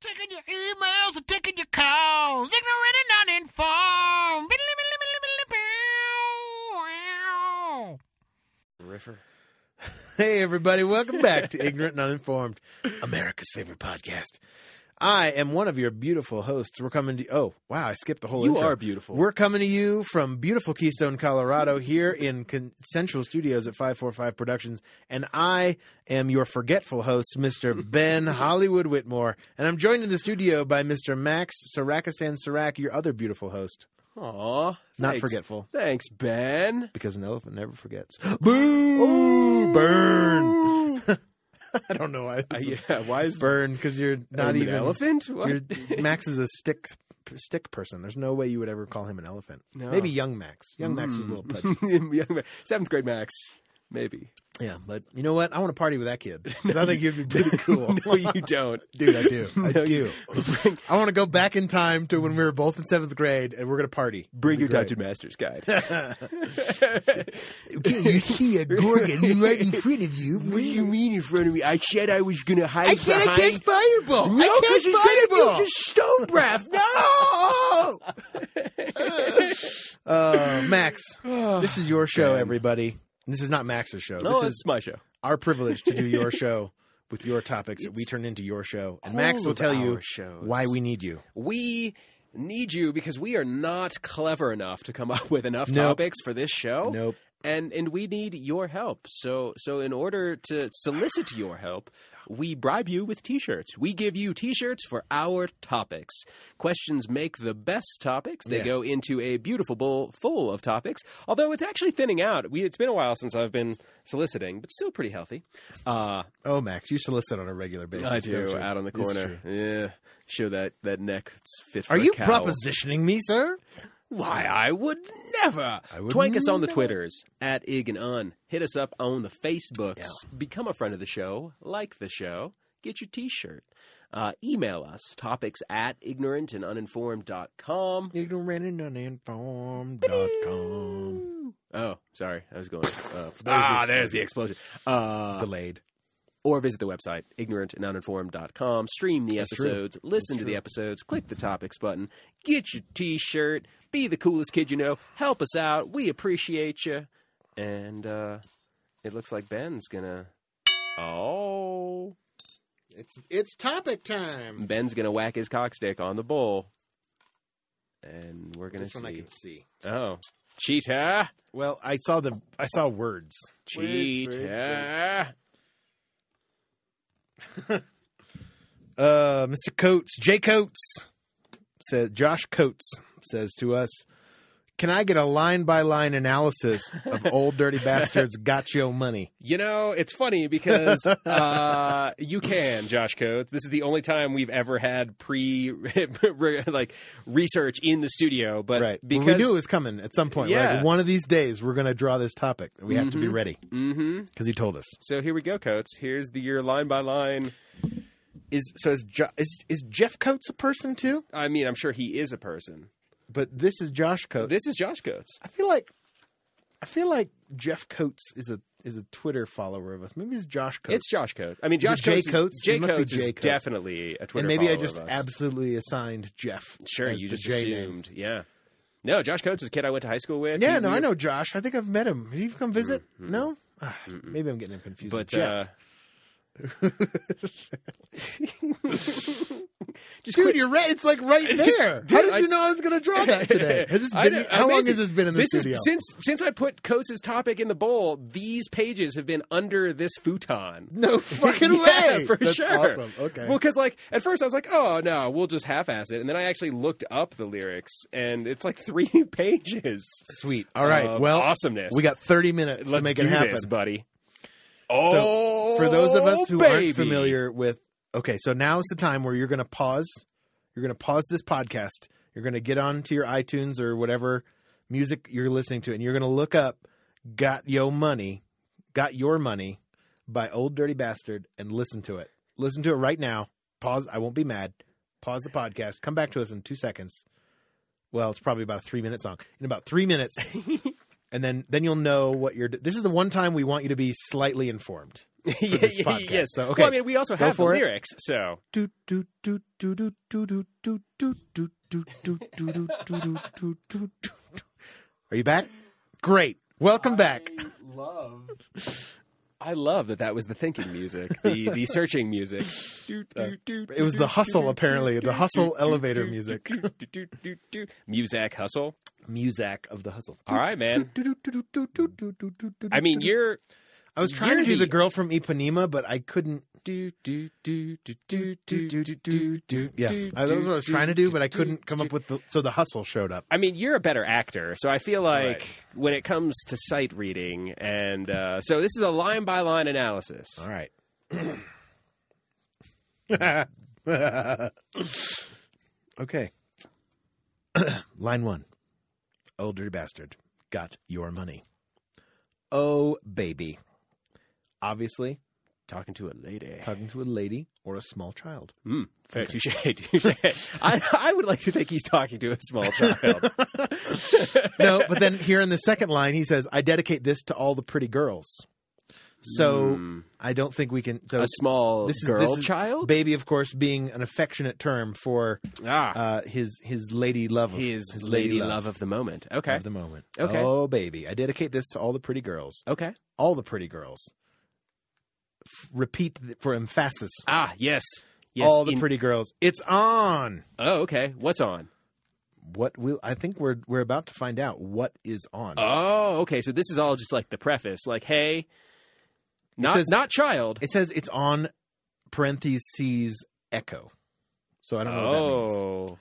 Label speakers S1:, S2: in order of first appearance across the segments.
S1: Taking your emails and taking your calls. Ignorant and uninformed.
S2: Riffer.
S3: Hey, everybody, welcome back to Ignorant and Uninformed, America's favorite podcast. I am one of your beautiful hosts. We're coming to oh wow, I skipped the whole
S2: You
S3: intro.
S2: are beautiful.
S3: We're coming to you from beautiful Keystone, Colorado, here in Con- Central Studios at 545 Productions. And I am your forgetful host, Mr. Ben Hollywood Whitmore. And I'm joined in the studio by Mr. Max Sarakistan Sarak, your other beautiful host.
S2: Aw.
S3: Not
S2: thanks.
S3: forgetful,
S2: Thanks, Ben.
S3: because an elephant never forgets. Boo! Burn!
S2: Ooh.
S3: I don't know why.
S2: Uh,
S3: this is-
S2: yeah, why is
S3: Burn, because you're not
S2: I'm
S3: even.
S2: an elephant? What?
S3: You're, Max is a stick stick person. There's no way you would ever call him an elephant.
S2: No. Mm.
S3: Maybe young Max. Young Max was a little pudgy.
S2: pudgy. Seventh grade Max, maybe.
S3: Yeah, but you know what? I want to party with that kid. 'Cause I think he'd be pretty cool.
S2: no, you don't.
S3: Dude, I do. I
S2: No,
S3: do. I want to go back in time to when we were both in seventh grade and we're going to party.
S2: Bring your
S3: It'd
S2: Dungeon Master's guide.
S3: be great. Okay, you see a Gorgon right in front of you.
S2: What do you mean in front of me? I said I was going to hide behind.
S3: fireball.
S2: no, because he's going to use his stone breath. No!
S3: Uh, Max, this is your show,
S2: Damn.
S3: everybody. This is not Max's show.
S2: no,
S3: this
S2: it's
S3: is
S2: my show.
S3: our privilege to do your show with your topics that we turn into your show. And Max
S2: all
S3: will
S2: of
S3: tell you
S2: our shows.
S3: why we need you.
S2: We need you because we are not clever enough to come up with enough
S3: Nope.
S2: topics for this show.
S3: Nope.
S2: And and we need your help. So so in order to solicit your help, we bribe you with t-shirts. We give you t-shirts for our topics. Questions make the best topics. They
S3: Yes.
S2: go into a beautiful bowl full of topics. Although it's actually thinning out. We it's been a while since I've been soliciting, but still pretty healthy. Uh
S3: Oh, Max, you solicit on a regular basis.
S2: I
S3: don't
S2: do
S3: you?
S2: out on the
S3: It's
S2: corner.
S3: true.
S2: Yeah, show that that neck. It's fit. For
S3: Are
S2: a
S3: you
S2: cow.
S3: propositioning me, sir?
S2: Why I would never.
S3: I would
S2: Twank us on the
S3: never.
S2: Twitters at Ig and Un. Hit us up on the Facebooks. Become a friend of the show. Like the show. Get your T-shirt. Uh, email us topics at ignorantanduninformed.com.
S3: Ignorant and uninformed.com.
S2: Oh, sorry, I was going. Uh,
S3: the
S2: ah, there's the explosion. Uh,
S3: Delayed.
S2: or visit the website ignorantanduninformed.com stream the
S3: That's true.
S2: episodes listen to the episodes click the topics button get your t-shirt be the coolest kid you know help us out we appreciate you and uh it looks like ben's gonna oh
S3: It's it's topic time.
S2: ben's gonna whack his cockstick on the bowl and we're gonna
S3: This one I
S2: see
S3: can see.
S2: oh cheetah
S3: Well, I saw the I saw words. Words, words,
S2: cheetah
S3: Uh, Mr. Coates, Jay Coates says Josh Coates says to us, "Can I get a line by line analysis of Old Dirty Bastards Gotcho Money?"
S2: You know, it's funny because uh, you can, Josh Coates. This is the only time we've ever had pre like research in the studio, but
S3: right, Uh, because
S2: because
S3: we knew it was coming at some point.
S2: Yeah.
S3: Right, one of these days we're going to draw this topic. We have to be ready
S2: hmm
S3: because he told us.
S2: So here we go, Coates. Here's the year line by line.
S3: Is so is, jo- is is Jeff Coates a person too?
S2: I mean, I'm sure he is a person.
S3: But this is Josh Coates.
S2: This is Josh Coates.
S3: I feel like I feel like Jeff Coates is a is a Twitter follower of us. Maybe it's Josh Coates.
S2: It's Josh Coates. I mean,
S3: Is it
S2: Josh
S3: Jay
S2: Coates. is-
S3: Coates?
S2: Jay
S3: It must be
S2: Coates is
S3: Jay Coates.
S2: definitely a Twitter.
S3: and maybe I
S2: follower
S3: just
S2: of us.
S3: absolutely assigned Jeff.
S2: sure
S3: as
S2: you
S3: the
S2: just
S3: J name.
S2: assumed, yeah. No, Josh Coates is a kid I went to high school with.
S3: Yeah,
S2: He-
S3: no,
S2: we
S3: I
S2: were-
S3: know Josh. I think I've met him. Have you come visit? No, Ah, maybe I'm getting him confused. with
S2: But uh,
S3: Jeff.
S2: just
S3: dude,
S2: quit
S3: you're right. It's like right there.
S2: Dude,
S3: How did
S2: I-
S3: you know I was going to draw that today? Has this
S2: I
S3: been,
S2: know,
S3: how long
S2: amazing.
S3: has this been in the
S2: this
S3: studio?
S2: Is, since since I put Coates' topic in the bowl, these pages have been under this futon.
S3: no fucking
S2: Yeah,
S3: way.
S2: for
S3: That's
S2: sure.
S3: Awesome. Okay.
S2: Well, because like at first I was like, oh no, we'll just half-ass it, and then I actually looked up the lyrics, and it's like three pages.
S3: Sweet. All right.
S2: of
S3: well,
S2: awesomeness.
S3: We got 30 minutes
S2: Let's
S3: to make
S2: do
S3: it happen.
S2: this, buddy.
S3: So,
S2: Oh,
S3: for those of us who
S2: baby.
S3: aren't familiar with okay so now is the time where you're going to pause you're going to pause this podcast you're going to get onto your itunes or whatever music you're listening to and you're going to look up got yo money got your money by old dirty bastard and listen to it listen to it right now pause i won't be mad pause the podcast come back to us in two seconds well it's probably about a three minute song in about three minutes and then then you'll know what you're this is the one time we want you to be slightly informed
S2: yeah,
S3: this
S2: yeah,
S3: podcast.
S2: yes.
S3: So, okay.
S2: Well, I mean, we also
S3: Go
S2: have the
S3: for it.
S2: lyrics, so
S4: do do do do do do do do do do do do do do do do do do
S3: Are you back? Great. Welcome back.
S2: Love. I love that that was the thinking music, the the searching music.
S3: Uh, It was the hustle, apparently. The hustle elevator music.
S2: Muzak hustle.
S3: Muzak of the hustle.
S2: All right, man.
S4: do do do do do do do do
S2: I mean, you're
S3: I was trying
S2: You're
S3: to do
S2: the-
S3: the girl from Ipanema, but I couldn't.
S2: do do do do do do do do.
S4: do
S3: Yeah, I, that was what I was trying to do, but I couldn't come up with the. So the hustle showed up.
S2: I mean, you're a better actor, so I feel like
S3: right.
S2: when it comes to sight reading, and uh, so this is a line by line analysis.
S3: All right. okay. Line one. Older bastard got your money. Oh, baby. Obviously,
S2: Talking to a lady.
S3: talking to a lady or a small child.
S2: Mm, fair touche, touche. I, I would like to think he's talking to a small child.
S3: No, but then here in the second line, he says, I dedicate this to all the pretty girls. So
S2: Mm,
S3: I don't think we can. So
S2: a small
S3: this is-
S2: girl
S3: this is-
S2: child.
S3: baby, of course, being an affectionate term for
S2: ah,
S3: uh, his his lady love. Of,
S2: his, lady, love. of the moment. Okay,
S3: of the moment.
S2: Okay.
S3: Oh, baby, I dedicate this to all the pretty girls.
S2: okay.
S3: All the pretty girls. F- repeat th- for emphasis.
S2: Ah, yes, yes.
S3: all the
S2: in-
S3: pretty girls. It's on.
S2: oh, okay. What's on?
S3: What will I think we're we're about to find out what is on.
S2: Oh, okay. So this is all just like the preface, like, hey,
S3: It
S2: not
S3: says-
S2: not child.
S3: It says it's on parentheses echo. So I don't know what that means.
S2: Oh,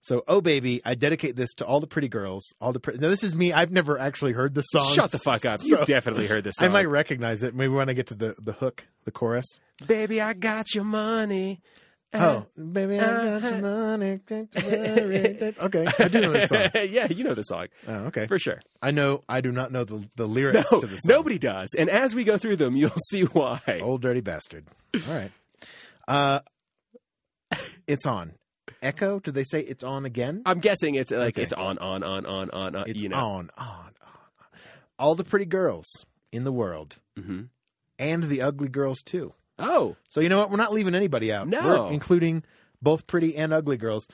S3: So, oh baby, I dedicate this to all the pretty girls. All the pre- now, this is me. I've never actually heard the song.
S2: shut the fuck up.
S3: So-
S2: You definitely heard this.
S3: I
S2: Song.
S3: might recognize it. Maybe when I get to the, the hook, the chorus.
S2: Baby, I got your money. Uh-huh.
S3: oh, baby, I got your
S2: uh,
S3: money. don't you worry. okay, I do know this song.
S2: yeah, you know the song
S3: Oh, okay,
S2: for sure.
S3: I know. I do not know the the lyrics
S2: No,
S3: to this. Song. Oh.
S2: nobody does. And as we go through them, you'll see why.
S3: Old dirty bastard. All right. Uh, it's on. Echo. Did they say it's on again?
S2: I'm guessing it's like
S3: Okay.
S2: it's on, on, on, on, on. on
S3: It's
S2: Uh, you know,
S3: on, on, on, on. All the pretty girls in the world,
S2: hmm
S3: and the ugly girls too.
S2: oh,
S3: So you know what? We're not leaving anybody out.
S2: No.
S3: We're including both pretty and ugly girls,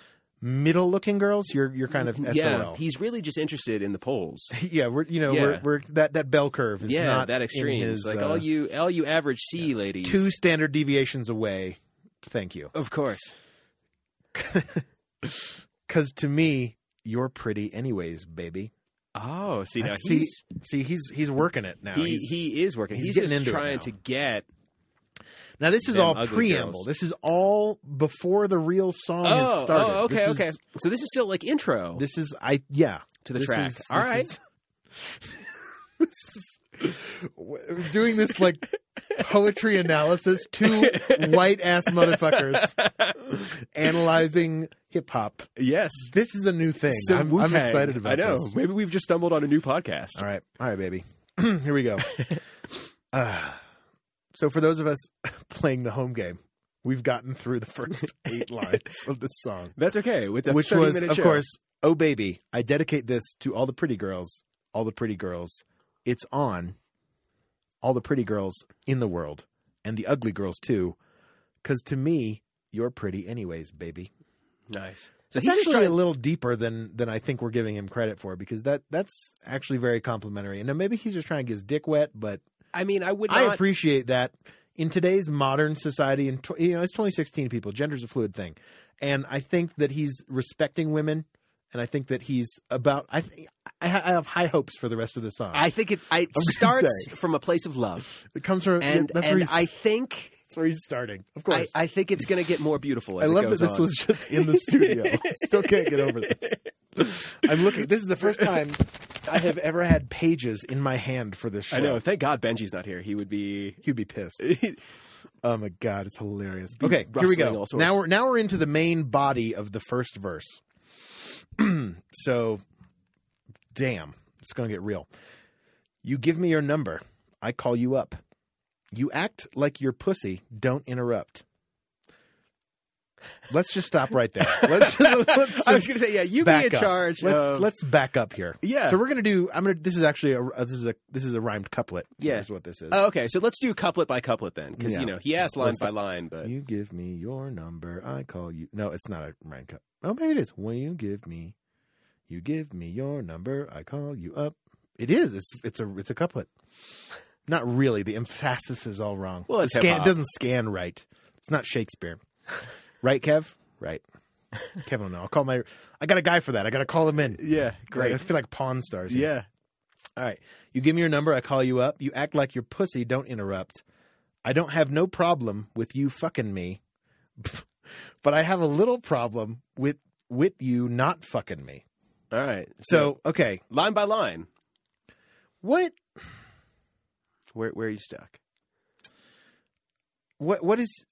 S3: middle-looking girls. You're you're kind of SOL.
S2: yeah. He's really just interested in the polls.
S3: yeah, we're you know
S2: Yeah.
S3: we're we're that that bell curve is
S2: yeah,
S3: not
S2: that
S3: in
S2: extreme.
S3: his,
S2: like
S3: uh,
S2: all you, all you average C ladies.
S3: two standard deviations away. Thank you,
S2: of course.
S3: because to me you're pretty anyways, baby.
S2: Oh, see now
S3: I see-
S2: he's
S3: See, he's he's working it now.
S2: he
S3: He's-
S2: he is working.
S3: he's
S2: He's,
S3: getting
S2: just
S3: into it
S2: trying
S3: now.
S2: to get.
S3: now this is
S2: them
S3: all
S2: ugly
S3: preamble.
S2: girls.
S3: This is all before the real song has
S2: Oh,
S3: started.
S2: oh, okay,
S3: This is-
S2: okay. So this is still like intro
S3: This is I yeah.
S2: to the
S3: this
S2: track.
S3: is-
S2: All
S3: this
S2: right.
S3: is- We're doing this like poetry analysis. Two white ass motherfuckers analyzing hip hop.
S2: yes.
S3: This is a new thing.
S2: So
S3: I'm, I'm
S2: Wu-Tang.
S3: excited about
S2: I know.
S3: this.
S2: Maybe we've just stumbled on a new podcast.
S3: All right, all right, baby. Here we go. Uh, so for those of us playing the home game, we've gotten through the first eight lines of this song,
S2: That's okay. It's a
S3: which
S2: 30
S3: was,
S2: minute
S3: of
S2: show.
S3: course, "Oh baby, I dedicate this to all the pretty girls, all the pretty girls. It's on all the pretty girls in the world, and the ugly girls too, because to me." You're pretty, anyways, baby.
S2: nice. So
S3: It's
S2: he's just
S3: actually
S2: trying
S3: a little deeper than than I think we're giving him credit for because that that's actually very complimentary. And now maybe he's just trying to get his dick wet, but
S2: I mean, I would
S3: I
S2: not.
S3: appreciate that in today's modern society, and tw- you know, it's 2016. People, gender's a fluid thing, and I think that he's respecting women, and I think that he's about. I think I, ha- I have high hopes for the rest of the song.
S2: I think it, I, it
S3: gonna
S2: starts
S3: say.
S2: from a place of love,
S3: it comes from yeah,
S2: and
S3: that's, where
S2: and
S3: he's,
S2: I think
S3: that's where he's starting. Of
S2: I,
S3: course,
S2: I think it's going to get more beautiful.
S3: I
S2: As it
S3: love that
S2: goes
S3: this
S2: on.
S3: was just in the studio. I Still can't get over this. I'm looking. This is the first time I have ever had pages in my hand for this show.
S2: I know. Thank God Benji's not here. He would be.
S3: He'd be pissed. Oh my god, it's hilarious. Okay, here we
S2: rustling
S3: go.
S2: all sorts.
S3: Now we're now we're into the main body of the first verse. so, damn, it's gonna get real. You give me your number, I call you up. You act like your pussy. Don't interrupt. Let's just stop right there. Let's, let's just
S2: I was going to say, yeah, you
S3: back
S2: be in
S3: up.
S2: charge.
S3: Let's
S2: of,
S3: let's back up here.
S2: Yeah.
S3: So we're gonna do. I'm gonna. This is actually a. uh, This is a. This is a rhymed couplet.
S2: Yeah.
S3: Is what this is.
S2: Oh, okay, so let's do couplet by couplet then, because
S3: Yeah.
S2: you know he asked line
S3: Let's do-
S2: by line, but
S3: You give me your number, I call you. No, it's not a rhymed couplet. Oh, maybe it is. When you give me, you give me your number, I call you up. It is. It's it's a it's a couplet. Not really. The emphasis is all wrong.
S2: Well, it's
S3: it, scan,
S2: hip-hop.
S3: it doesn't scan right. It's not Shakespeare. Right, Kev? Right. Kevin will know. I'll call my. I got a guy for that. I got to call him in.
S2: yeah,
S3: I feel like Pawn Stars. here.
S2: yeah.
S3: All right. You give me your number, I call you up. You act like your pussy, don't interrupt. I don't have no problem with you fucking me. but I have a little problem with with you not fucking me.
S2: All right,
S3: So, okay.
S2: line by line,
S3: What
S2: where where are you stuck?
S3: what what is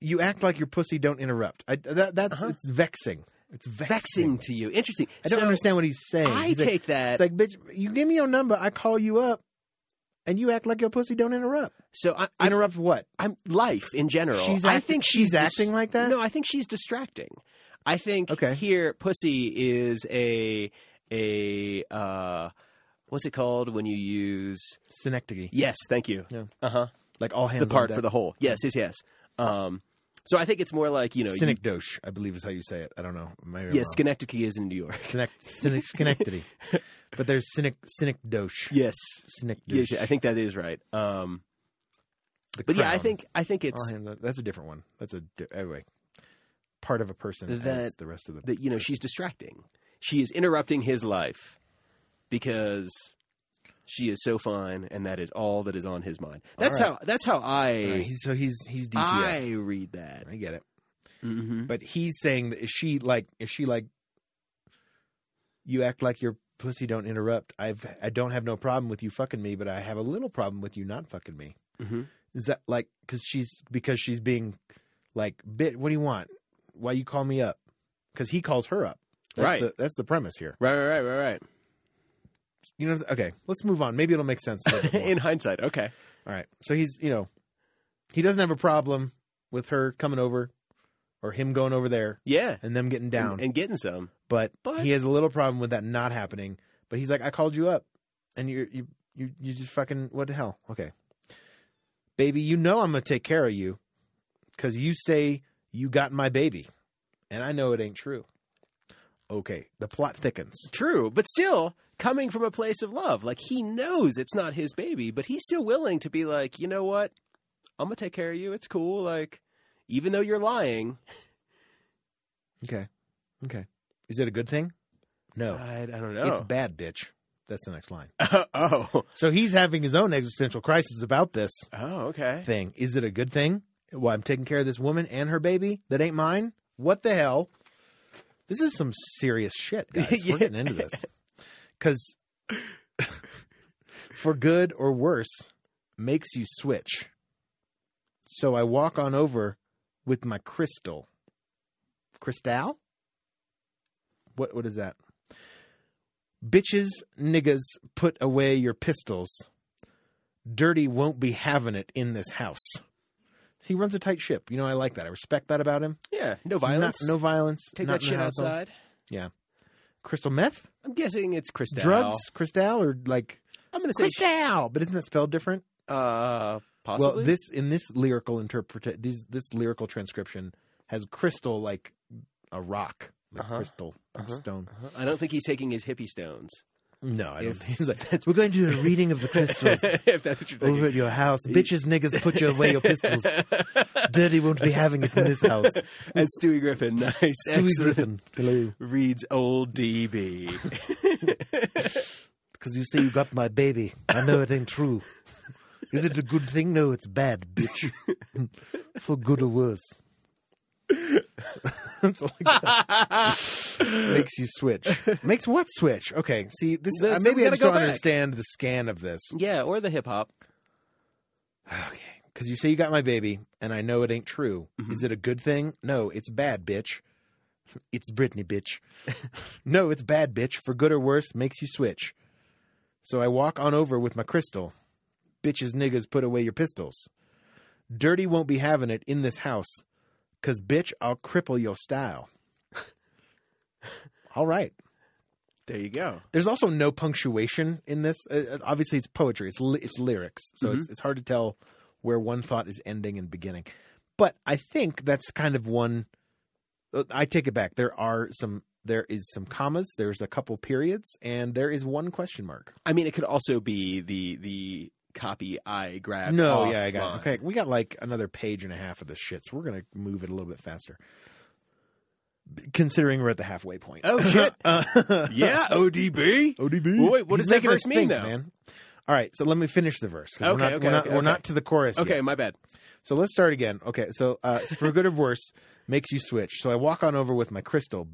S3: you act like your pussy don't interrupt. I that that's
S2: Uh-huh.
S3: it's vexing. It's vexing.
S2: Vexing to you, interesting.
S3: I don't
S2: So,
S3: understand what he's saying.
S2: I
S3: He's like-
S2: take
S3: It's
S2: that.
S3: like, bitch, you give me your number, I call you up, and you act like your pussy don't interrupt.
S2: so I, I,
S3: Interrupt what?
S2: I'm life in general.
S3: She's
S2: I
S3: act-
S2: think
S3: she's
S2: she's, dis-
S3: acting like that?
S2: No, I think she's distracting. I think
S3: Okay.
S2: here pussy is a a uh, what's it called when you use?
S3: Synecdoche.
S2: Yes, thank you.
S3: Yeah.
S2: Uh huh.
S3: Like all hands
S2: The part
S3: on deck.
S2: for the whole. Yes, yes, yes. Um, so I think it's more like you know. You,
S3: Synecdoche, I believe is how you say it. I don't know. Maybe
S2: yes, Schenectady is in New York.
S3: Connect, cynic, Schenectady. but there's cynic, synecdoche.
S2: Yes.
S3: Synecdoche.
S2: Yes, I think that is right. Um,
S3: The
S2: but yeah, I
S3: crown.
S2: think I think
S3: All
S2: it's
S3: hands on- that's a different one. That's a di- anyway. Part of a person as
S2: That-
S3: the rest of the.
S2: that you know she's distracting. She is interrupting his life because she is so fine, and that is all that is on his mind. That's
S3: right.
S2: how that's how I
S3: All right, he's, so he's he's DTF.
S2: I read that.
S3: I get it.
S2: Mm-hmm.
S3: But he's saying that is she like is she like you act like your pussy don't interrupt. I've I don't have no problem with you fucking me, but I have a little problem with you not fucking me.
S2: Mm-hmm.
S3: Is that like because she's because she's being like bit? What do you want? Why you call me up? Because he calls her up. That's
S2: Right.
S3: The, that's the premise here.
S2: Right, right, right, right,
S3: You know. what I'm saying? Okay. Let's move on. Maybe it'll make sense. a little
S2: right.
S3: bit more.
S2: in hindsight, okay.
S3: All right. So he's you know he doesn't have a problem with her coming over or him going over there
S2: Yeah,
S3: and them getting down,
S2: and, and getting some.
S3: but,
S2: but-
S3: he has a little problem with that not happening. But he's like, I called you up, and you you you you just fucking what the hell? Okay, baby, you know I'm gonna take care of you because you say you got my baby, and I know it ain't true. Okay, the plot thickens.
S2: True, but still coming from a place of love. Like he knows it's not his baby, but he's still willing to be like, you know what? I'm gonna take care of you. It's cool. Like, even though you're lying,
S3: Okay, okay, is it a good thing? No,
S2: I, I don't
S3: Oh. it's
S2: know.
S3: bad, bitch. That's the next line.
S2: oh,
S3: So he's having his own existential crisis about this
S2: oh, okay.
S3: thing. Is it a good thing? Well, I'm taking care of this woman and her baby that ain't mine. What the hell? This is some serious shit, guys.
S2: Yeah.
S3: We're getting into this because for good or worse makes you switch. So I walk on over with my crystal. Crystal? What what is that? Bitches, niggas, put away your pistols. Dirty won't be having it in this house. He runs a tight ship. You know, I like that. I respect that about him.
S2: Yeah, no violence.
S3: Not- no violence.
S2: Take
S3: not
S2: that
S3: in the
S2: shit
S3: household.
S2: outside.
S3: Crystal meth?
S2: I'm guessing it's Cristal.
S3: Drugs? Crystal or like
S2: I'm gonna say
S3: Crystal? But isn't that spelled different?
S2: uh, possibly.
S3: Well, this in this lyrical interpret these this lyrical transcription has crystal like a rock, like
S2: Uh-huh.
S3: crystal like
S2: Uh-huh.
S3: stone.
S2: Uh-huh. I don't think he's taking his hippie stones.
S3: No, I don't.
S2: If-
S3: think he's like, we're going to do a reading of the crystals
S2: if that's what you're
S3: over at
S2: thinking.
S3: your house. Bitches, niggas, put your, away your pistols. Dirty won't be having it in this house.
S2: and Stewie Griffin, nice,
S3: Stewie
S2: excellent.
S3: Griffin, hello.
S2: reads old DB.
S3: Because you say you got my baby. I know it ain't true. Is it a good thing? No, it's bad, bitch. For good or worse. That's all I got. makes you switch. makes what switch? Okay, see this.
S2: No,
S3: uh,
S2: so
S3: maybe
S2: we
S3: I
S2: gotta
S3: just
S2: go
S3: don't
S2: back.
S3: understand the scan of this.
S2: yeah, or the hip hop.
S3: Okay, because you say you got my baby, and I know it ain't true.
S2: Mhm.
S3: Is it a good thing? No, it's bad, bitch. It's Britney, bitch. no, it's bad, bitch. For good or worse, makes you switch. So I walk on over with my crystal. Bitches, niggas, put away your pistols. Dirty won't be having it in this house. Cause bitch, I'll cripple your style. All right.
S2: There you go.
S3: There's also no punctuation in this. Uh, uh, obviously, it's poetry. It's li- it's lyrics, so
S2: Mm-hmm.
S3: it's it's hard to tell where one thought is ending and beginning. But I think that's kind of one. uh, I take it back. There are some. There is some commas. There's a couple periods, and there is one question mark.
S2: I mean, it could also be the the copy I grabbed.
S3: no, yeah, I got.
S2: offline.
S3: It. Okay, we got like another page and a half of this shit, so we're gonna move it a little bit faster. B- Considering we're at the halfway point.
S2: Oh, shit.
S3: Uh,
S2: Yeah, ODB.
S3: ODB.
S2: Well, wait, what
S3: He's
S2: does that
S3: making us
S2: verse mean,
S3: think,
S2: though?
S3: Man. All right, so let me finish the verse. 'cause we're
S2: Okay,
S3: not,
S2: okay,
S3: we're not,
S2: okay,
S3: we're
S2: okay.
S3: not to the chorus.
S2: Okay,
S3: yet.
S2: my bad.
S3: so let's start again. Okay, so uh, for good or worse, makes you switch. So I walk on over with my crystal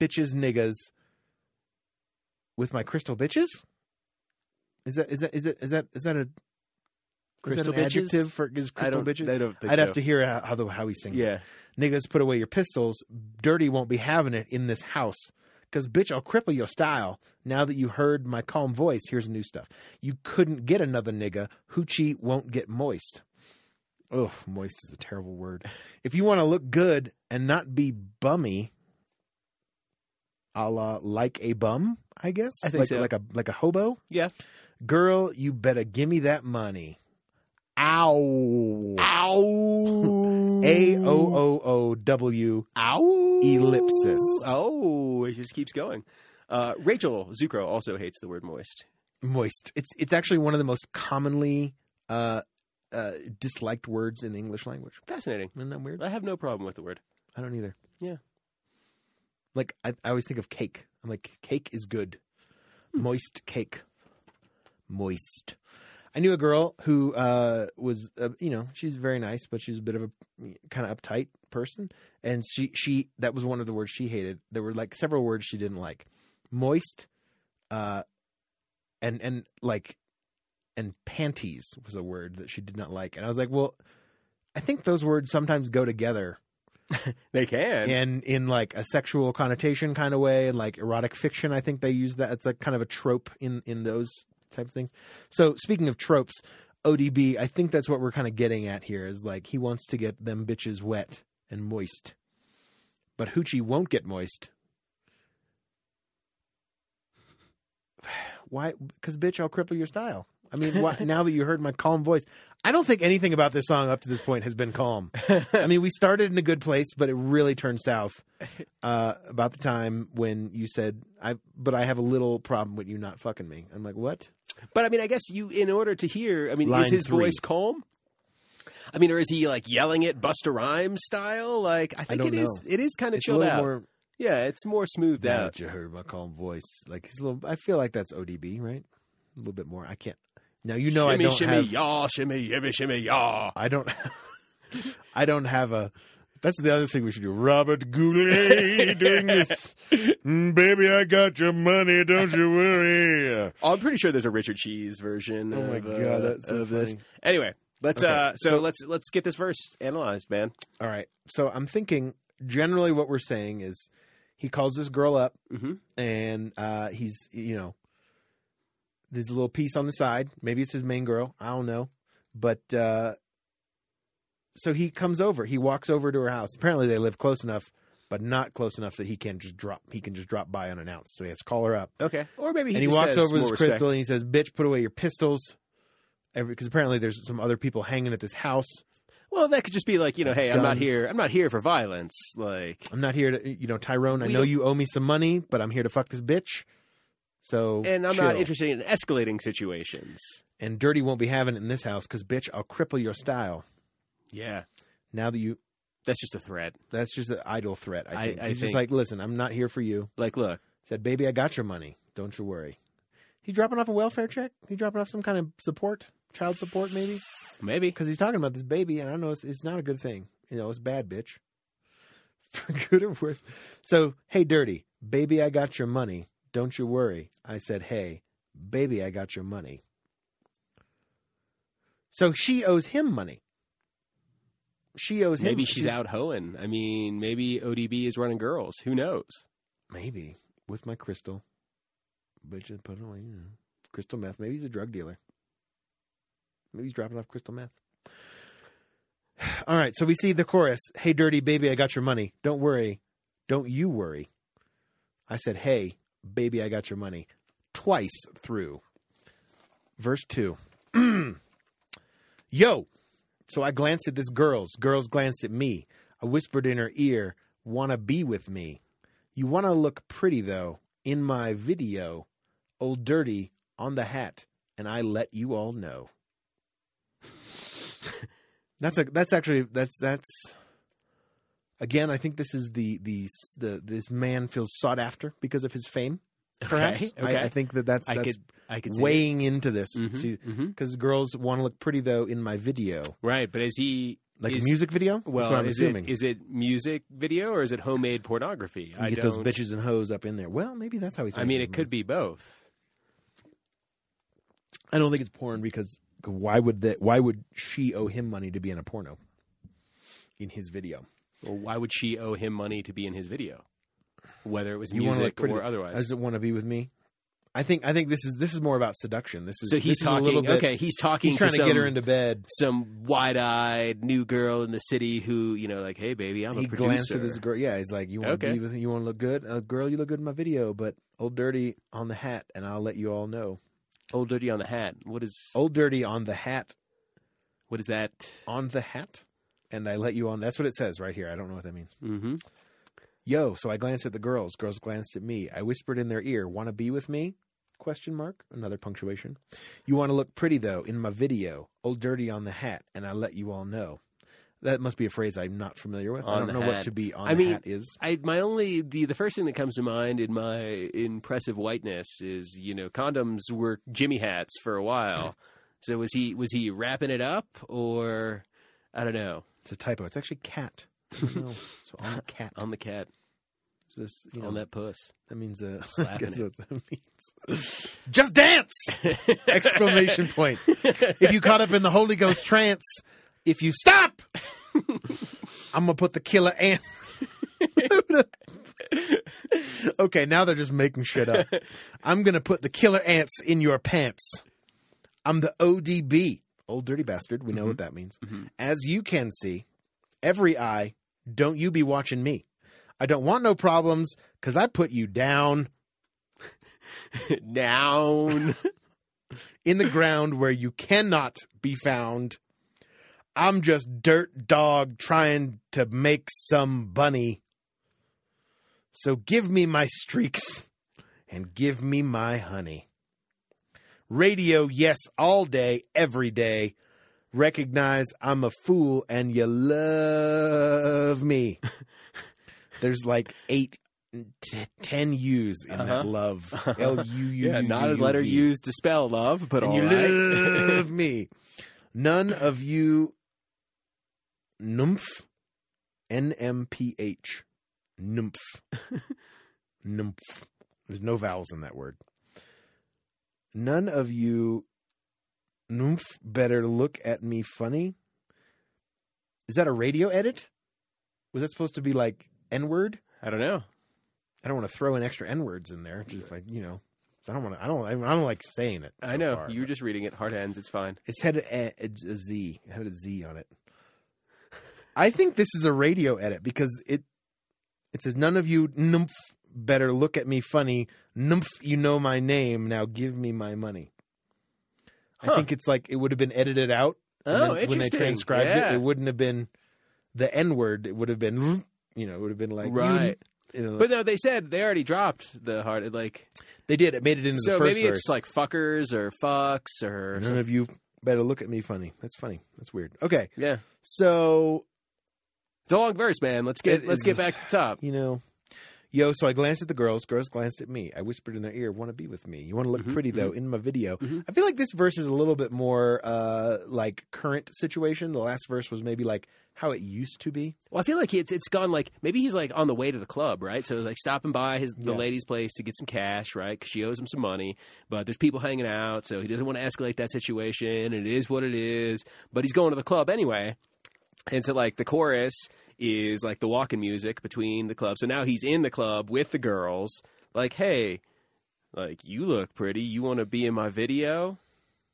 S3: bitches, niggas. With my crystal bitches. Is that is that is that is that is that a
S2: Crystal
S3: is that an
S2: bitches?
S3: adjective for is
S2: I
S3: crystal
S2: don't.
S3: bitches?
S2: I don't think
S3: I'd have
S2: so.
S3: to hear how, how, the, how he sings. it.
S2: Yeah.
S3: Niggas, put away your pistols. Dirty won't be having it in this house. Cause bitch, I'll cripple your style. Now that you heard my calm voice, here's new stuff. You couldn't get another nigga. Hoochie won't get moist. Oh, moist is a terrible word. If you want to look good and not be bummy, a la like a bum, I guess.
S2: I think
S3: like
S2: so.
S3: like a like a hobo.
S2: Yeah.
S3: Girl, you better gimme that money. Ow.
S2: Ow.
S3: A O O O W.
S2: Ow.
S3: Ellipsis.
S2: Oh, it just keeps going. Uh, Rachel Zucro also hates the word moist.
S3: moist. It's it's actually one of the most commonly uh, uh, disliked words in the English language.
S2: Fascinating.
S3: Isn't that weird?
S2: I have no problem with the word.
S3: I don't either.
S2: Yeah.
S3: Like I, I always think of cake. I'm like, cake is good. Moist cake. Moist. I knew a girl who uh, was, uh, you know, she's very nice, but she's a bit of a kind of uptight person, and she she that was one of the words she hated. There were like several words she didn't like, moist, uh, and and like, and panties was a word that she did not like, and I was like, well, I think those words sometimes go together
S2: They can.
S3: in in like a sexual connotation kind of way, like erotic fiction. I think they use that. It's like kind of a trope in in those type of things. So speaking of tropes, ODB, I think that's what we're kind of getting at here is like he wants to get them bitches wet and moist, but Hoochie won't get moist. Why? Because bitch, I'll cripple your style. I mean, why, now that you heard my calm voice, I don't think anything about this song up to this point has been calm. I mean, we started in a good place, but it really turned south uh, about the time when you said, "I," but I have a little problem with you not fucking me. I'm like, what?
S2: But I mean, I guess you, in order to hear, I mean,
S3: Line
S2: is his
S3: three.
S2: voice calm? I mean, or is he like yelling at Buster Rhymes style? Like, I think
S3: don't
S2: it is. It is kind of
S3: it's a
S2: chilled
S3: little
S2: out.
S3: more.
S2: yeah, it's more smoothed
S3: Now
S2: out.
S3: that you heard my calm voice, like he's a little. I feel like that's ODB, right? A little bit more. I can't. Now you know
S2: shimmy,
S3: I don't
S2: shimmy,
S3: have.
S2: yaw, shimmy, yibby, shimmy, yaw.
S3: I don't. I don't have a. That's the other thing we should do. Robert Goulet doing this. Mm, baby, I got your money. Don't you worry.
S2: Oh, I'm pretty sure there's a Richard Cheese version.
S3: Oh my
S2: of, uh,
S3: God, that's so
S2: of this.
S3: funny.
S2: Anyway, let's
S3: Okay,
S2: uh, so, let's let's get this verse analyzed, man.
S3: All right. So I'm thinking generally what we're saying is he calls this girl up
S2: Mm-hmm.
S3: and uh, he's, you know, there's a little piece on the side. Maybe it's his main girl. I don't know. But uh, so he comes over. He walks over to her house. Apparently they live close enough, but not close enough that he can just drop. He can just drop by unannounced. So he has to call her up.
S2: Okay, or maybe he
S3: and he
S2: just
S3: walks
S2: has
S3: over to this
S2: more
S3: crystal
S2: respect.
S3: and he says, bitch, put away your pistols. Because apparently there's some other people hanging at this house.
S2: Well, that could just be like you know, hey, I'm not
S3: Guns.
S2: here. I'm not here for violence. Like,
S3: I'm not here to, you know, Tyrone. I
S2: We
S3: know
S2: don't-
S3: you owe me some money, but I'm here to fuck this bitch. So
S2: and I'm not
S3: chill.
S2: interested in escalating situations.
S3: And Dirty won't be having it in this house because, bitch, I'll cripple your style.
S2: Yeah,
S3: Now that you,
S2: that's just a threat.
S3: that's just an idle threat. I
S2: I-
S3: think
S2: I
S3: he's just
S2: think-
S3: like, listen, I'm not here for you.
S2: Like, look,
S3: Said, baby, I got your money. Don't you worry. He dropping off a welfare check. He dropping off some kind of support, child support, maybe.
S2: maybe
S3: because he's talking about this baby, and I know it's, it's not a good thing. You know, it's bad, bitch. For good or worse. So, hey, dirty baby, I got your money. Don't you worry. I said, hey, baby, I got your money. So she owes him money. She owes him.
S2: maybe she's out hoeing. I mean, maybe ODB is running girls. Who knows?
S3: Maybe with my crystal, bitch. and Put it away. You know. Crystal meth. Maybe he's a drug dealer. Maybe he's dropping off crystal meth. All right, so we see the chorus. Hey, dirty baby, I got your money. Don't worry. Don't you worry. I said, hey, baby, I got your money. Twice through. Verse 2. Yo. So I glanced at this girl's. Girls glanced at me. I whispered in her ear, wanna be with me. You wanna look pretty, though, in my video. Old dirty on the hat. And I let you all know. That's a that's actually that's that's again I think this is the the the this man feels sought after because of his fame. Perhaps
S2: Okay,
S3: I-
S2: okay.
S3: I, think that that's
S2: I
S3: that's
S2: could I could see it.
S3: weighing into this
S2: Mhm, mhm.
S3: because girls want to look pretty though in my video,
S2: right, but is he
S3: like
S2: Is-
S3: a music video. that's
S2: well?
S3: what I'm
S2: is
S3: assuming.
S2: it is it music video or is it homemade pornography?
S3: You
S2: I
S3: get
S2: don't,
S3: those bitches Mm-hmm. and hoes up in there. Well, maybe that's how he's.
S2: I mean, it could be both.
S3: I don't think it's porn because why would that? Why would she owe him money to be in a porno? In his video,
S2: Well, why would she owe him money to be in his video, whether it was
S3: You wanna look
S2: music
S3: pretty-
S2: or otherwise?
S3: does it want to be with me? I think I think this is this is more about seduction. This is
S2: so he's
S3: this is a little
S2: talking.
S3: bit-
S2: okay, he's talking.
S3: He's trying to,
S2: some,
S3: get her into bed.
S2: some wide-eyed new girl in the city who you know, like, hey, baby, I'm
S3: he
S2: a producer.
S3: glanced at this girl. Yeah, he's like, "You want to
S2: Okay.
S3: be with me? You want to look good, uh, girl? You look good in my video, but old dirty on the hat, and I'll let you all know.
S2: Old dirty on the hat. What is
S3: Old dirty on the hat,
S2: what is that?
S3: on the hat, and I let you on. That's what it says right here. I don't know what that means.
S2: Mm-hmm.
S3: Yo, so I glanced at the girls. Girls glanced at me. I whispered in their ear, "Want to be with me?" Question mark. Another punctuation. You want to look pretty though in my video. Old dirty on the hat, and I let you all know. That must be a phrase I'm not familiar with. I
S2: On
S3: don't
S2: the
S3: know what
S2: hat.
S3: to be on
S2: I
S3: the
S2: mean,
S3: hat is.
S2: I my only the the first thing that comes to mind in my impressive whiteness is you know condoms were Jimmy hats for a while. so was he was he wrapping it up or I don't know
S3: It's a typo. It's actually cat. I don't know. so on the cat.
S2: on the cat
S3: So it's, you know,
S2: on
S3: that,
S2: that puss.
S3: means uh, I
S2: Slapping
S3: guess
S2: it.
S3: what that means. Just dance! Exclamation point! If you caught up in the Holy Ghost trance, if you stop, I'm gonna put the killer ant. okay, now they're just making shit up. I'm gonna put the killer ants in your pants. I'm the ODB, old dirty bastard. We know what that means.
S2: Mhm.
S3: As you can see, every eye. Don't you be watching me. I don't want no problems because I put you down
S2: Noun.
S3: in the ground where you cannot be found. I'm just dirt dog trying to make some bunny. So give me my streaks and give me my honey. Radio, yes, all day, every day. Recognize I'm a fool and you love me. There's like eight, t- ten U's in
S2: Uh-huh.
S3: that love. L U U.
S2: yeah, not a letter
S3: U.
S2: used to spell love, but
S3: and
S2: all
S3: you
S2: right.
S3: love me. None of you nymph N M P H nymph nymph. There's no vowels in that word. None of you nymph better look at me funny. Is that a radio edit? Was that supposed to be like N word?
S2: I don't know.
S3: I don't want to throw in extra N words in there. Just like you know, I don't want to. I don't. I don't like saying it.
S2: I
S3: so
S2: know.
S3: far,
S2: you were
S3: but-
S2: just reading it. Hard hands. It's fine.
S3: it's had a, a, a Z. It had a Z on it. I think this is a radio edit because it it says none of you nymph better look at me funny nymph you know my name now give me my money. I
S2: Huh.
S3: think it's like it would have been edited out and
S2: oh,
S3: then
S2: interesting.
S3: when they transcribed
S2: yeah.
S3: it. It wouldn't have been the N word. It would have been you know it would have been like you-
S2: right.
S3: You know,
S2: But no, they said they already dropped the hard like.
S3: they did. It made it into
S2: So
S3: the first
S2: maybe
S3: verse.
S2: it's like fuckers or fucks or
S3: none
S2: something.
S3: of you better look at me funny. That's funny. That's weird. Okay,
S2: yeah.
S3: so
S2: It's a long verse, man. Let's get
S3: It
S2: let's
S3: is-
S2: get back to the top.
S3: you know. Yo, so I glanced at the girls. Girls glanced at me. I whispered in their ear, "Want to be with me? You want to look
S2: Mhm,
S3: pretty though." In my video,
S2: Mhm.
S3: I feel like this verse is a little bit more uh, like current situation. The last verse was maybe like how it used to be.
S2: Well, I feel like it's it's gone like maybe he's like on the way to the club, right? So like stopping by his the
S3: Yeah.
S2: lady's place to get some cash, right? Because she owes him some money, but there's people hanging out, so he doesn't want to escalate that situation. And it is what it is, but he's going to the club anyway. And so like the chorus is like the walking music between the club. So now he's in the club with the girls. Like, hey, like you look pretty. You want to be in my video?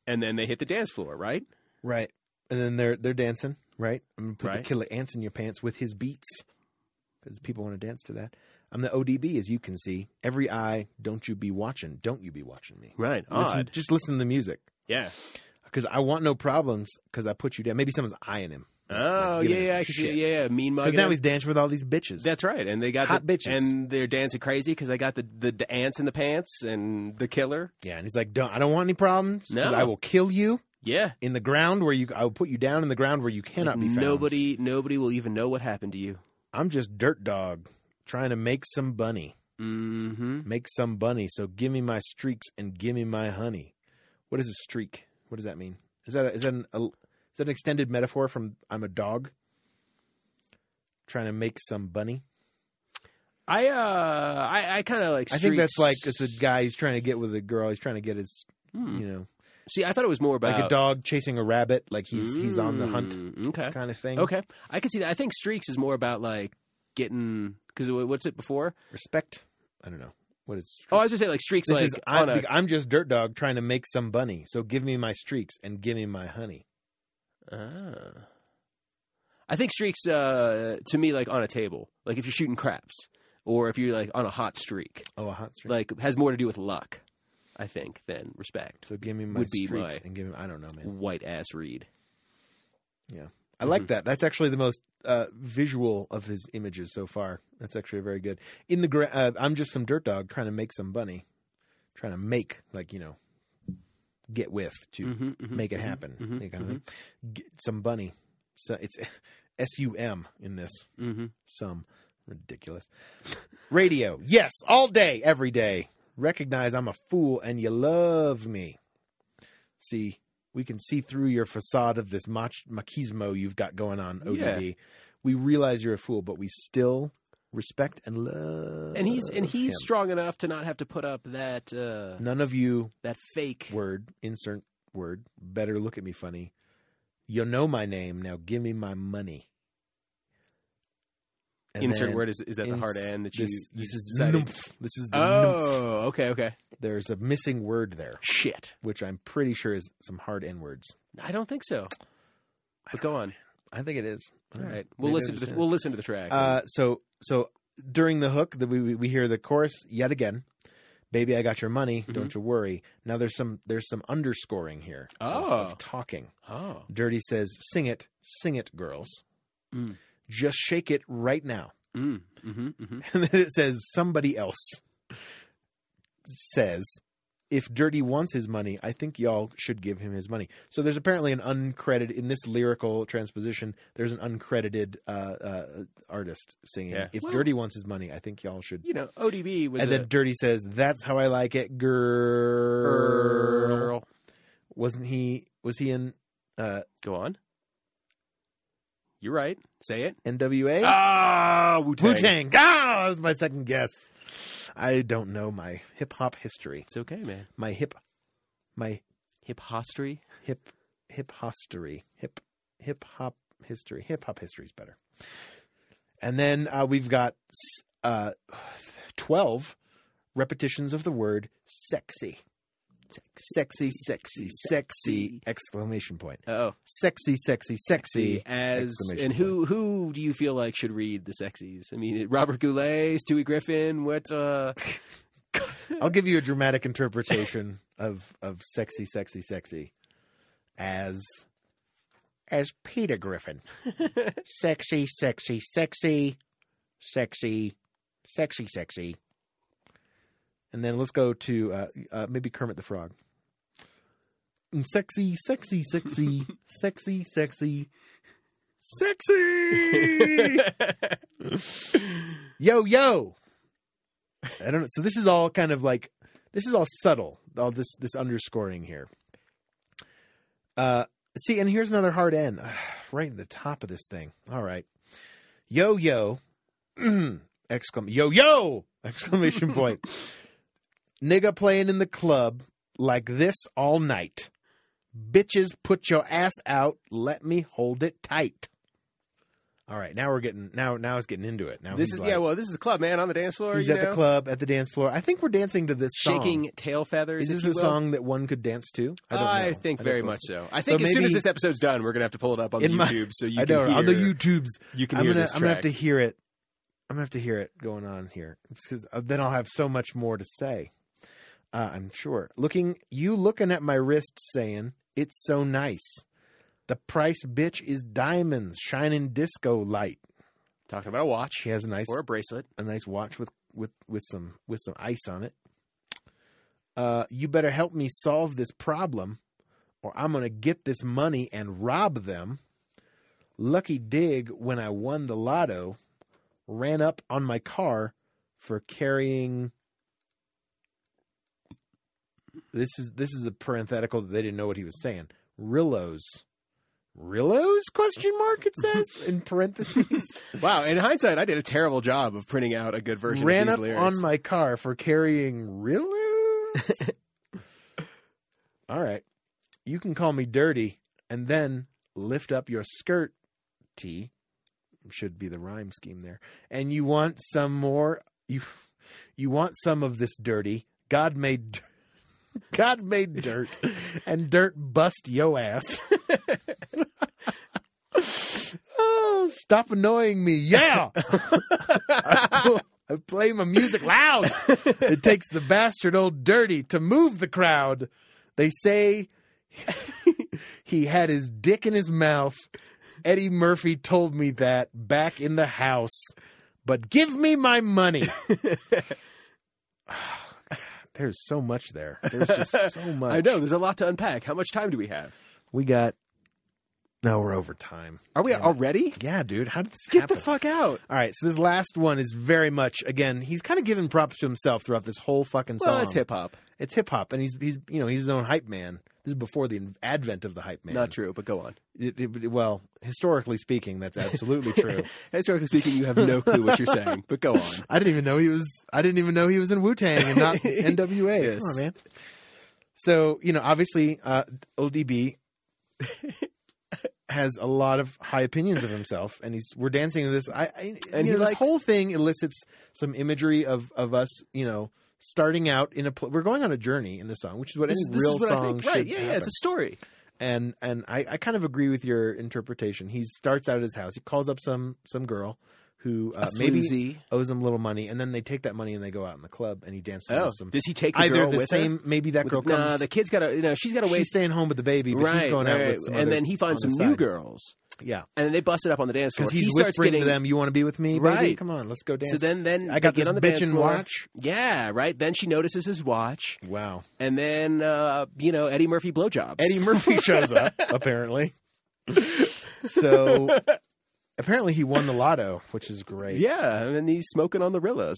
S2: And then they hit the dance floor, right?
S3: Right. And then they're they're dancing. right? I'm gonna put
S2: Right.
S3: the killer ants in your pants with his beats because people want to dance to that. I'm the ODB, as you can see. Every eye, don't you be watching? Don't you be watching me?
S2: Right.
S3: Listen,
S2: Odd.
S3: just listen to the music
S2: Yeah.
S3: because I want no problems because I put you down. Maybe someone's eyeing him.
S2: Oh,
S3: give
S2: yeah,
S3: it
S2: yeah,
S3: some
S2: I can
S3: shit.
S2: see. Yeah, yeah. Mean
S3: Because
S2: mugging.
S3: now
S2: him.
S3: he's dancing with all these bitches.
S2: That's right. And they got
S3: Hot
S2: the,
S3: bitches.
S2: And they're dancing crazy because they got the, the, the ants in the pants and the killer.
S3: yeah, and he's like, "Don't I don't want any problems because
S2: No.
S3: I will kill you
S2: Yeah.
S3: in the ground where you I will put you down in the ground where you cannot be found.
S2: Nobody, nobody will even know what happened to you.
S3: I'm just dirt dog trying to make some bunny."
S2: Mm-hmm.
S3: make some bunny. So give me my streaks and give me my honey. What is a streak? What does that mean? Is that a, is that an a, is that an extended metaphor from I'm a dog trying to make some bunny?
S2: I, uh, I, I kind of like.
S3: I think that's like
S2: streaks-
S3: it's a guy he's trying to get with a girl. He's trying to get his
S2: Hmm.
S3: you know
S2: See, I thought it was more about
S3: like a dog chasing a rabbit. Like he's he's on the hunt
S2: Mm, Okay.
S3: kind of thing.
S2: Okay. I can see that. I think streaks is more about like getting because what's it before?
S3: Respect. I don't know what is.
S2: Oh, I was gonna say like streaks
S3: this
S2: like
S3: is I'm,
S2: on a.
S3: I'm just dirt dog trying to make some bunny. So give me my streaks and give me my honey.
S2: Ah. I think streaks uh, to me like on a table, like if you're shooting craps or if you're like on a hot streak,
S3: Oh, a hot streak.
S2: like has more to do with luck, I think, than respect.
S3: so give me my
S2: would be
S3: streaks
S2: my-
S3: and give him. I don't know, man.
S2: White ass read.
S3: I
S2: Mm-hmm.
S3: like that. That's actually the most uh, visual of his images so far. That's actually very good. In the gra- uh, I'm just some dirt dog trying to make some bunny, trying to make like you know, get with to
S2: Mhm, mhm,
S3: make it
S2: mhm,
S3: happen,
S2: mhm,
S3: that kind of thing. Get some bunny. So it's S U M in this.
S2: mhm.
S3: Some ridiculous radio. Yes, all day, every day. Recognize I'm a fool and you love me. See, we can see through your facade of this mach- machismo you've got going on, ODD. We realize you're a fool, but we still respect and love.
S2: And he's and he's
S3: Uh, him.
S2: strong enough to not have to put up that uh,
S3: None of you
S2: that fake.
S3: word insert word better look at me funny. You know my name now. Give me my money. And
S2: Insert
S3: then-
S2: word is, is that the hard
S3: Ins-
S2: end that you,
S3: this,
S2: you
S3: this is
S2: decided-
S3: nymph. This is the nymph.
S2: Oh, okay, okay.
S3: There's a missing word there,
S2: Shit.
S3: which I'm pretty sure is some hard N words.
S2: I don't think so. But go on.
S3: I think it is. I
S2: All
S3: don't know.
S2: right. We'll
S3: Maybe I
S2: listen to
S3: just
S2: the
S3: said it.
S2: we'll listen to the track.
S3: Uh, so so during the hook, that we we- we hear the chorus yet again. Baby, I got your money.
S2: Mm-hmm.
S3: Don't you worry. Now there's some there's some underscoring here of-
S2: Oh.
S3: of talking.
S2: oh.
S3: Dirty says, "Sing it, sing it, girls.
S2: Mm.
S3: Just shake it right now."
S2: Mm, hmm hmm
S3: and then it says somebody else says if dirty wants his money i think y'all should give him his money so there's apparently an uncredited in this lyrical transposition there's an uncredited uh, uh, artist singing
S2: Yeah.
S3: if
S2: Well-
S3: dirty wants his money i think y'all should
S2: You know, ODB was
S3: and
S2: a
S3: then dirty says that's how i like it girl
S2: girl.
S3: wasn't he was he in uh,
S2: Go on. You're right. Say it.
S3: nwa
S2: Ah, Wu
S3: Wu Tang. Ah, that was my second guess. I don't know my hip hop history.
S2: It's okay, man.
S3: my hip my
S2: Hip history.
S3: hip hip history hip hip hop history hip hop history is better and then uh, we've got s- uh 12 repetitions of the word sexy sexy sexy sexy exclamation point
S2: Oh,
S3: sexy sexy sexy
S2: as
S3: exclamation
S2: and who who do you feel like should read the sexies? I mean, Robert Goulet, Stewie Griffin. What? uh
S3: point. i'll give you a dramatic interpretation of of sexy sexy sexy as as peter griffin
S4: Sexy, sexy, sexy, sexy, sexy, sexy.
S3: And then let's go to uh, uh, maybe Kermit the Frog. Mm, Sexy, sexy, sexy, sexy, sexy, sexy. yo, yo. I don't know. So this is all kind of like this is all subtle. All this this underscoring here. Uh, see, and here's another hard end, right in the top of this thing. All right, yo, yo, exclam, yo, yo, exclamation point nigga playing in the club like this all night. Bitches, put your ass out. Let me hold it tight. All right, now we're getting now now it's getting into it. Now
S2: this
S3: he's
S2: is
S3: like,
S2: yeah. Well, this is the club, man, on the dance floor.
S3: he's
S2: you
S3: at
S2: know?
S3: the club at the dance floor. I think we're dancing to this song.
S2: shaking tail
S3: Is
S2: feathers.
S3: this
S2: if
S3: a
S2: you will.
S3: song that one could dance to? I don't know.
S2: think
S3: I'd
S2: very
S3: have to
S2: much
S3: listen.
S2: so. I think as soon as
S3: maybe-
S2: this episode's done, we're gonna have to pull it up on the
S3: In my-
S2: YouTube so you
S3: I
S2: can
S3: don't
S2: hear
S3: know. on the YouTubes.
S2: You can
S3: I'm
S2: hear
S3: gonna
S2: this
S3: I'm
S2: track.
S3: gonna have to hear it. I'm gonna have to hear it going on here because then I'll have so much more to say. Uh, I'm sure. Looking you looking at my wrist, saying it's so nice. The price, bitch, is diamonds shining disco light.
S2: Talking about a watch
S3: She has a nice
S2: or a bracelet.
S3: a nice watch with with with some with some ice on it. Uh, you better help me solve this problem, or I'm gonna get this money and rob them. Lucky dig when I won the lotto, ran up on my car for carrying. This is this is a parenthetical that they didn't know what he was saying. Rillos, Rillos? Question mark. It says in parentheses.
S2: Wow, in hindsight, I did a terrible job of printing out a good version
S3: ran
S2: of these
S3: up
S2: lyrics.
S3: on my car for carrying Rillos. All right, you can call me dirty, and then lift up your skirt. T should be the rhyme scheme there. And you want some more? You you want some of this dirty? God made. dir- God made dirt, and dirt bust yo ass. oh, stop annoying me! Yeah. I play my music loud. It takes the bastard old dirty to move the crowd. They say he had his dick in his mouth. Eddie Murphy told me that back in the house. But give me my money. There's so much there. There's just so much.
S2: I know there's a lot to unpack. How much time do we have?
S3: We got. No, we're over time.
S2: Are we
S3: Damn it.
S2: already?
S3: Yeah, dude. How did this
S2: Get
S3: happen?
S2: the fuck out!
S3: All right, so this last one is very much again. He's kind of giving props to himself throughout this whole fucking song.
S2: Well, it's hip hop.
S3: It's hip hop, and he's he's you know he's his own hype man. This is before the advent of the hype man.
S2: Not true, but go on.
S3: It- it- well, historically speaking, that's absolutely true.
S2: Historically speaking, you have no clue what you're saying, but go on.
S3: I didn't even know he was. I didn't even know he was in Wu Tang and not NWA.
S2: Yes.
S3: Come on, man. So you know, obviously, uh, ODB has a lot of high opinions of himself, and he's we're dancing to this. I, I
S2: And
S3: you
S2: he
S3: know, this
S2: likes-
S3: whole thing elicits some imagery of of us, you know, starting out in a. Pl- we're going on a journey in this song, which is what
S2: This,
S3: any
S2: this
S3: real
S2: is what
S3: song
S2: I think.
S3: should
S2: Right? Yeah, yeah. It's
S3: happen
S2: a story.
S3: and and I, I kind of agree with your interpretation. He starts out at his house. He calls up some some girl who uh, maybe
S2: floozy.
S3: owes him a little money, and then they take that money and they go out in the club and he dances
S2: Oh,
S3: with some.
S2: does he take the
S3: Either
S2: girl
S3: the
S2: with her?
S3: same, maybe that
S2: With-
S3: girl comes.
S2: Nah, the kid's got to. You know, she's got to
S3: she's
S2: wait.
S3: staying home with the baby, but
S2: right,
S3: he's going out
S2: right,
S3: with some
S2: and
S3: other-
S2: then he finds
S3: on
S2: some
S3: the
S2: new
S3: side.
S2: girls,
S3: Yeah,
S2: and then they bust it up on the dance floor.
S3: because he's
S2: he starts
S3: whispering
S2: getting,
S3: to them, "You want to be with me, baby?
S2: Right.
S3: Come on, let's go dance."
S2: So then, then
S3: I got
S2: they
S3: this
S2: get on the
S3: bitch
S2: dance
S3: and
S2: floor.
S3: watch.
S2: Yeah, right. Then she notices his watch,
S3: Wow,
S2: and then uh, you know Eddie Murphy blowjobs.
S3: Eddie Murphy shows up apparently. so apparently he won the lotto, which is great.
S2: Yeah, and he's smoking on the Rillos.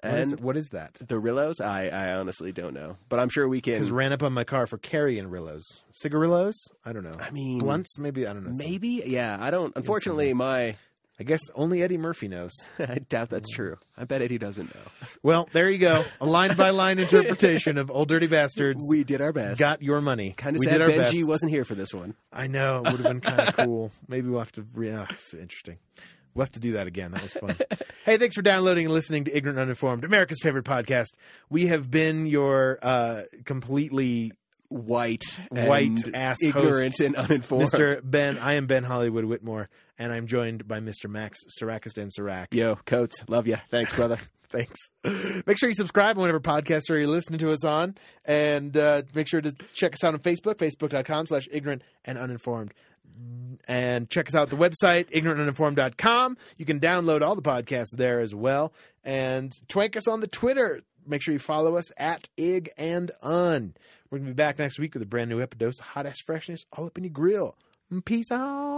S3: What is-
S2: And
S3: what is that?
S2: the Rillos, I, I honestly don't know. But I'm sure we
S3: Because
S2: can.
S3: ran up on my car for carrying Rillos. Cigarillos? I don't know.
S2: I mean,
S3: Blunts? Maybe. I don't know.
S2: maybe? Yeah, I don't. Unfortunately, my.
S3: I guess only Eddie Murphy knows.
S2: I doubt that's true. I bet Eddie doesn't know.
S3: Well, there you go. A line by line interpretation of Old Dirty Bastards.
S2: We did our best.
S3: got your money.
S2: kind of
S3: we
S2: sad
S3: did our
S2: Benji
S3: best.
S2: wasn't here for this one.
S3: I know. It would have been kind of cool. Maybe we'll have to. Re- ah, it's interesting. We'll have to do that again. That was fun. hey, thanks for downloading and listening to Ignorant Uninformed, America's favorite podcast. We have been your uh, completely
S2: White,
S3: White
S2: and
S3: ass
S2: ignorant
S3: hosts.
S2: and uninformed.
S3: Mr. Ben, I am Ben Hollywood Whitmore, and I'm joined by Mr. Max Sarakistan Sarak.
S2: Yo, Coates, love you. Thanks, brother.
S3: Thanks. Make sure you subscribe on whatever podcast are you listening to us on, and uh, make sure to check us out on Facebook, facebook.com slash ignorant and uninformed. And check us out at the website, ignorantuninformed.com. You can download all the podcasts there as well. And twank us on the Twitter. Make sure you follow us at ig and un. We're going to be back next week with a brand new episode, hot ass freshness all up in your grill. Peace out.